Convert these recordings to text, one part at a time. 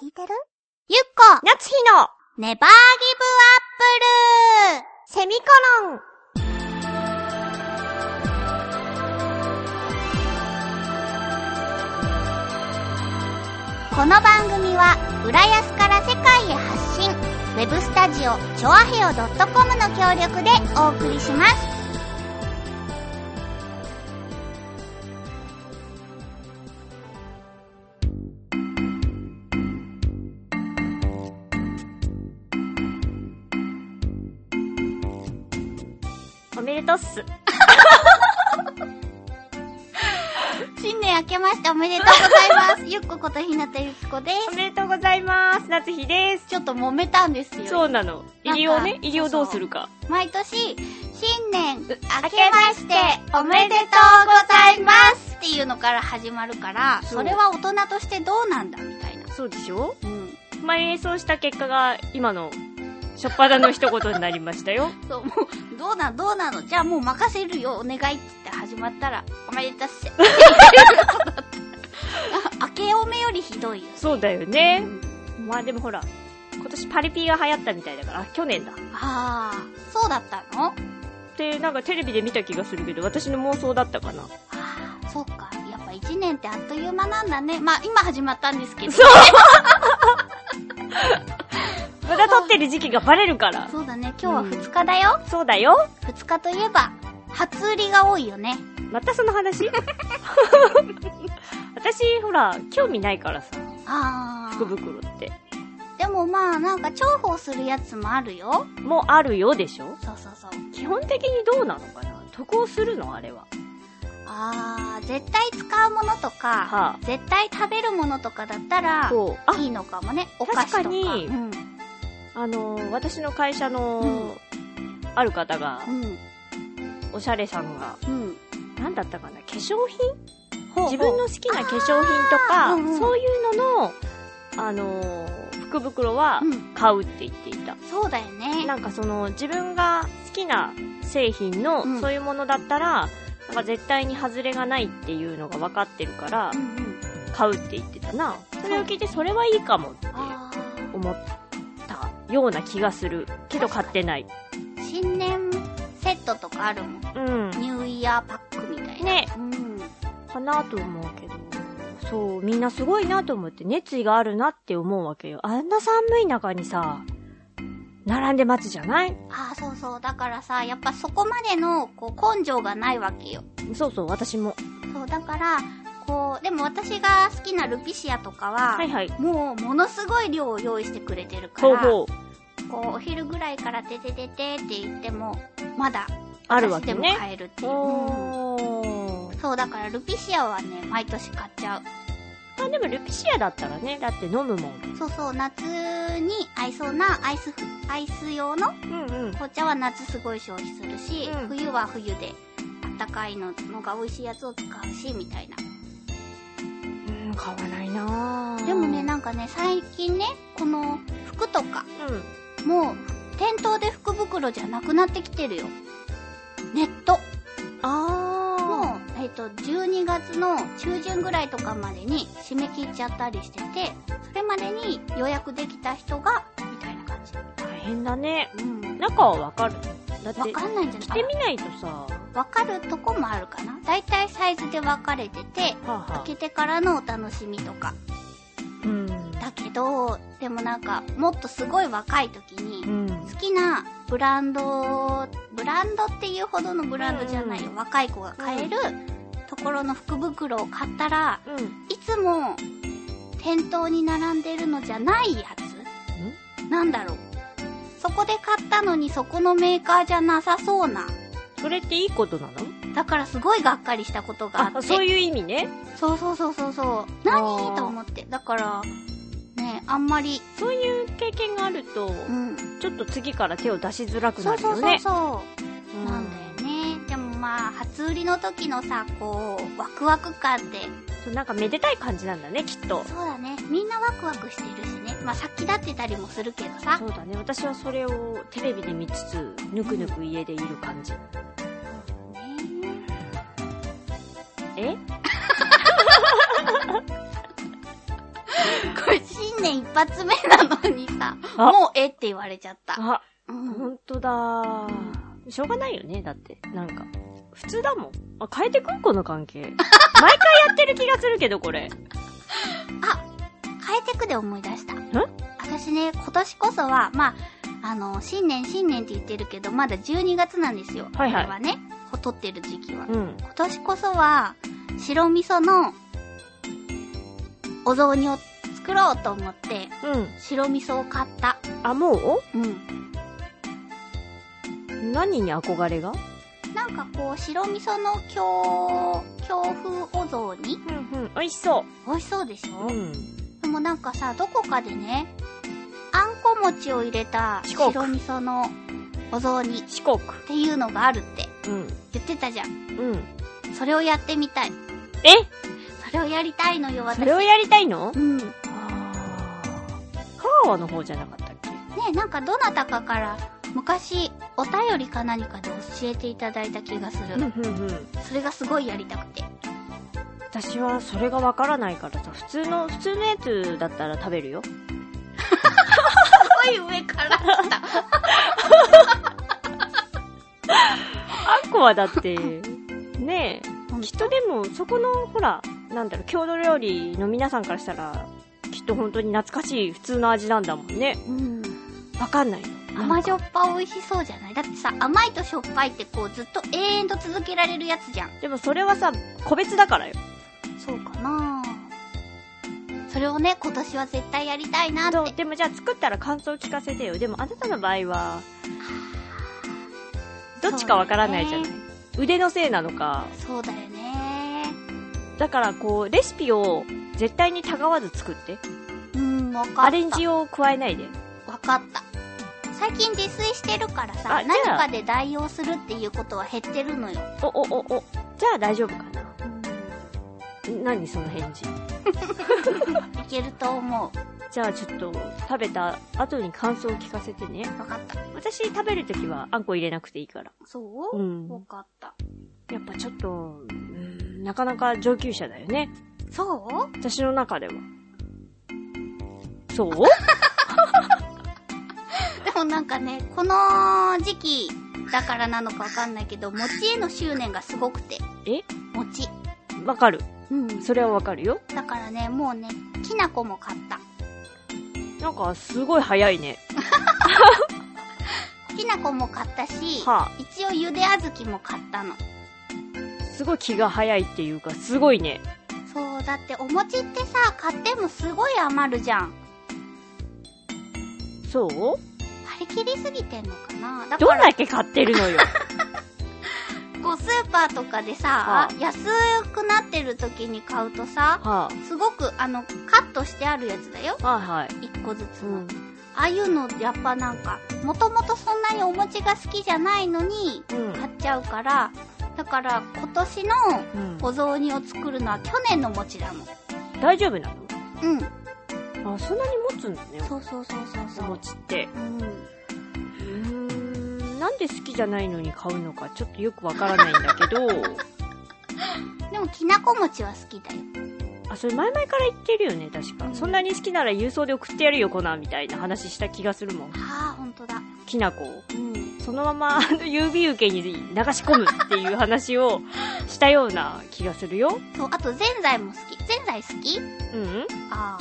聞いてるゆっこ夏日のネバーギブアップルセミコロンこの番組は浦安から世界へ発信ウェブスタジオチョアヘオ .com の協力でお送りしますおめでとうっす。新年明けましておめでとうござい ますゆっこことひなたゆきこでおめでとうございます。夏日ですちょっと揉めたんですよそうなの。入りをなねん、か入りをどうするか。毎年、新年、明けままししてて、おめでとうございますっていうのから始まるから、そうそれは大人としてどうなんだみたいな。そうでしょうん。前演奏した結果が、今の、初っ端の一言になりましたよ。そう、もう、どうな、どうなのじゃあもう任せるよ、お願いって言って始まったら、おめでとうっ せ。明けおめよりひどいよ。 そうだようね。んまあでもほら、今年パリピが流行ったみたいだから、あ去年だ。ああ、そうだったのって、なんかテレビで見た気がするけど、私の妄想だったかな。ああ、そうか。やっぱ一年ってあっという間なんだね。まあ、今始まったんですけど。 そうまだ撮ってる時期がバレるから。そうだね、今日は2日だよ。 そうだよ。 2日といえば、初売りが多いよね。またその 話私、ほら、興味ないからさ、あ福ー。袋って。でもまあ、なんか重宝するやつもあるよ。もうあるよでしょそうそうそう。基本的にどうなのかな得をするのあれは。あー、絶対使うものとか、は絶対食べるものとかだったあ、ら、そう。あ、いいのかもね。お菓子とか。確かにうん。あのー私の会社の、ある方が、うん。おしゃれさんが、うん。なんだったかな化粧品ほうほう自分の好きな化粧品とあか、ーうんうんそういうのの、あのー福袋はうん。買うって言っていた。そうだよね。なんかその、自分が好きな製品の、うんそういうものだったら、なんか絶対に外れがないっていうのが分かってるからう、んうん。買うって言ってたな。それを聞いて、それはいいかもってあー。思ったような気がする。けど買ってない。新年セットとかあるもん。うん。ニューイヤーパックみたいな。ね、うん。かなと思うけど。そう、みんなすごいなと思って、熱意があるなって思うわけよ。あんな寒い中にさ、並んで待つじゃないああ、そうそう。だからさ、やっぱそこまでの、こう、根性がないわけよ。そうそう、私も。そう、だから、こう、でも私が好きなルピシアとかは、はいはい。もう、ものすごい量を用意してくれてるかほうら、ほう。こう、お昼ぐらいからててててって言っても、まだ、あるわけ私ねでも。買えるっていう。うんおー。そう、だからルピシアはね、毎年買っちゃう。まあでもルピシアだったらね、だって飲むもん。そうそう、夏に合いそうなアイス、アイス用のうんうん。紅茶は夏すごい消費するし、うん冬は冬で、あったかいののが美味しいやつを使うし、みたいな。うん、買わないなぁでもね、なんかね、最近ね、この服とか、うもう、店頭で福袋じゃなくなってきてるよ。ネット。ん。あもう、えっ、と、12月の中旬ぐらいとかまでに締め切っちゃったりしてて、それまでに予約できた人が、みたいな感じ。ー。大変だね。うん。中はわかるだって、わかんないんじゃ着ないてみないとさ、はあわかるとこもあるかな。だいたいサイズで分かれてて、あ、はあ、開けてからのお楽しみとか。うん。だけど、でもなんか、もっとすごい若い時に、うん。好きなブランド、ブランドっていうほどのブランドじゃないよ。若い子が買えるところの福袋を買ったら、うん。いつも店頭に並んでるのじゃないやつなんだろう。そこで買ったのにそこのメーカーじゃなさそうな。それっていいことなのだからすごいがっかりしたことがあって。あ、そういう意味ね。そうそうそうそうそう。あー何と思って。だから、ね、あんまり、そういう経験があると、うん。ちょっと次から手を出しづらくそなうるそようそうね。そう。うんなんだよね。でもまあ、初売りの時のさ、こう、ワクワク感って、そうなんかめでたい感じなんだね、きっと。そうだね。みんなワクワクしてるしね。まあ、先立ってたりもするけどさ。そうだね。私はそれをテレビで見つつ、ぬくぬく家でいる感じ。ねえこれ、新年一発目なのにさ、あもうえって言われちゃった。あ、うんほんとだー。しょうがないよね、だって。なんか。普通だもん。あ、変えてくんこの 関係。毎回やってる気がするけど、これ。変えてくで思い出した。ん私ね、今年こそは、まあ、あの、新年新年って言ってるけど、まだ12月なんですよ。はいはいこれはね、ほとってる時期は。うん。今年こそは、白味噌の、お雑煮を作ろうと思って、うん。白味噌を買った。あ、もうん。う何に憧れがなんかこう、白味噌の京、京風お雑煮うんうん。美味しそ美味しそうでしょう。うん。でもなんかさ、どこかでね、あんこ餅を入れた四国白味噌のお雑煮っ四国。ていうのがあるってうん。言ってたじゃん。うん。それをやってみたい。えそれをやりたいのよ、私。それをやりたいのうん。ね香川の方じゃなかったっけなんかどなたかから昔お便りか何かで教えていただいた気がする。うんうん。それがすごいやりたくて。私はそれがわからないからさ、普通の、普通のやつだったら食べるよ。すごい上から来た。あんこはだ って、ねうんえ、きっとでも、そこの、ほら、なんだろう、郷土料理の皆さんからしたら、きっと本当に懐かしい普通の味なんだもんね。うん。わかんない。甘じょっぱ美味しそうじゃないだってさ、甘いとしょっぱいってこうずっと永遠と続けられるやつじゃん。でもそれはさ、個別だからよ。そうかなそれをね、今年は絶対やりたいなどっうて。でもじゃあ作ったら感想聞かせてよ。でもあなたの場合は、どっちかわからないじゃなそい。うだ腕のせいなのか。そうだよね。だからこう、レシピを絶対にたがわず作って。うん、わかった。アレンジを加えないで。わかった。最近自炊してるからさ、あじゃあ何かで代用するっていうことは減ってるのよ。お、お、お、お。じゃあ大丈夫かな。何その返事。いけると思じゃあちょっと食べた後に感想を聞かせてね。う。わかった。私食べるときはあんこ入れなくていいから。そう、うんわかった。やっぱちょっと、うーんなかなか上級者だよね。そう私の中では。そうでもなんかね、この時期だからなのかわかんないけど、餅への執念がすごくて。え餅。わかる。うん。それはわかるよ。だからね、もうね、きなこも買った。なんかすごい早いね。きなこも買ったし、は一応ゆであずきも買ったの。あ、すごい気が早いっていうか、すごいね。そう、だってお餅ってさ、買ってもすごい余るじゃん。そう張り切りすぎてんのかなだどかんら、だけ買ってるのよ。こうスーパーとかでさはあ、安くなってる時に買うとさ、はすごくあの、カットしてあるやつだよ。あ、はいはい。一個ずつうの。ん。ああいうのやっぱなんか、もともとそんなにお餅が好きじゃないのに、うん買っちゃうから、だから今年のうん。お雑煮を作るのは去年の餅だもん。大丈夫なうん。のあ、そんなに持つんだね。そうそうそうそうおそう。餅って。うん。うーんなんで好きじゃないのに買うのかちょっとよくわからないんだけどでもきなこ餅は好きだよ。あそれ前々から言ってるよね確か、うんそんなに好きなら郵送で送ってやるよコナンみたいな話した気がするもんああ、ほんとだ。きなこをうん。そのままあの郵便受けに流し込むっていう話をしたような気がするよそう、あとぜんざいも好き。ぜんざい好きうんあ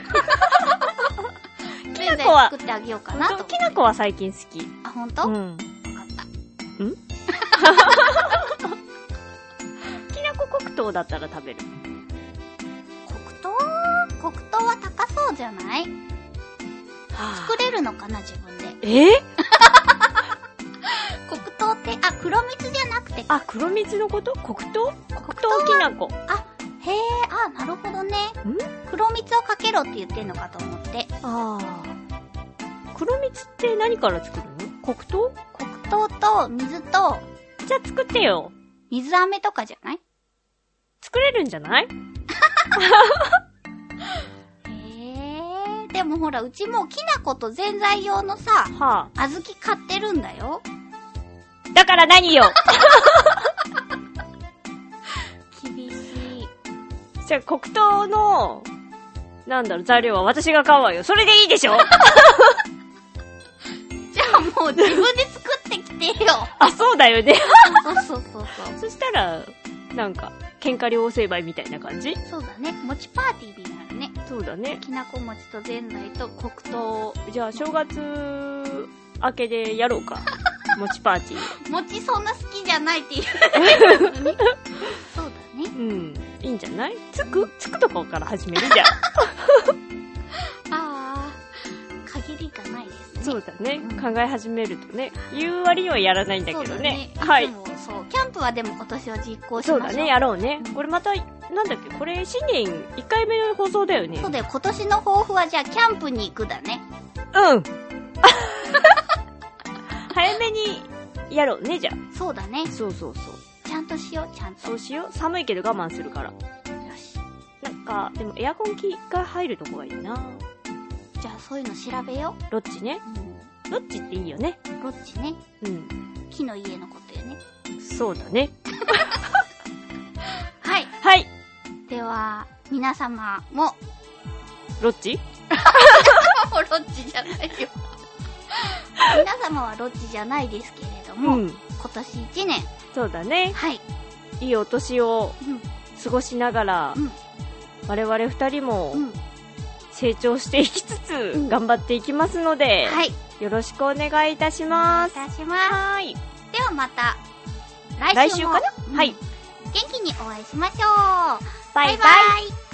あ。きぜんざなこいは作ってあげようかなとほん思っとて。きなこは最近好きあ、ほんと、うわかんった。きなこ黒糖だったら食べる黒糖黒糖は高そうじゃない作れるのかな、自分で。え黒糖って、あ、黒蜜じゃなくて、あ黒蜜のこと黒糖黒黒糖きなこへえ、あ、なるほどね。黒蜜をかけろって言ってんのかと思って。ああ。黒蜜って何から作るの黒糖黒糖と水とじゃあ作ってよ。水飴とかじゃない作れるんじゃないへえ、でもほら、うちもうきな粉とぜんざい用のさ、はあ。小豆買ってるんだよ。だから何よ 厳しい。じゃあ黒糖のなんだろう、材料は私が買うわよ。それでいいでし ょじゃあもう自分で作ってき てよ。あ、そうだよね。そうそうそうそう。そしたら、なんか、喧嘩両成敗みたいな感じそうだね。餅パーティーになるね。そうだね。きなこ餅とぜんざいと黒糖。じゃあ、正月明けでやろう か。餅パーティー。餅そんな好きじゃないって言う。のにそうだね。うん。いいんじゃないつくつくとこから始めるじゃん。ああ、限りがないですね。 そうだねう。ん考え始めるとね。言う割にはやらないんだけそどうね。はいいつ。もそう。キャンプはでも今年は実行しましそょうう。だね、やろうねう。んこれまた、なんだっけ、これ新年1回目の放送だよね。そうだよ。今年の抱負はじゃあキャンプに行くだね。うん。 早めにやろうね、じゃあ。そうだね。そうそうそう。ちゃんとしよう、ちゃんと。そうしよう。寒いけど我慢するから。よし。なんか、でもエアコン機が入るとこがいいな。じゃあそういうの調べよロッチね。う。うんロッチっていいよね。ロッチね。うん。木の家のことよね。そうだね。はい。はい。では、皆様も、ロッチもうロッチじゃないよ。皆様はロッチじゃないですけれどうも、ん。今年一年、そうだね。はい。いいお年をうん、過ごしながら、我々二人もうん、うん。成長していきつつうん、頑張っていきますので、はい。よろしくお願いいたしまいす。たします。はい。ではまた、来来週週かもな、うんはい。元気にお会いしましょう。バイバイ。イ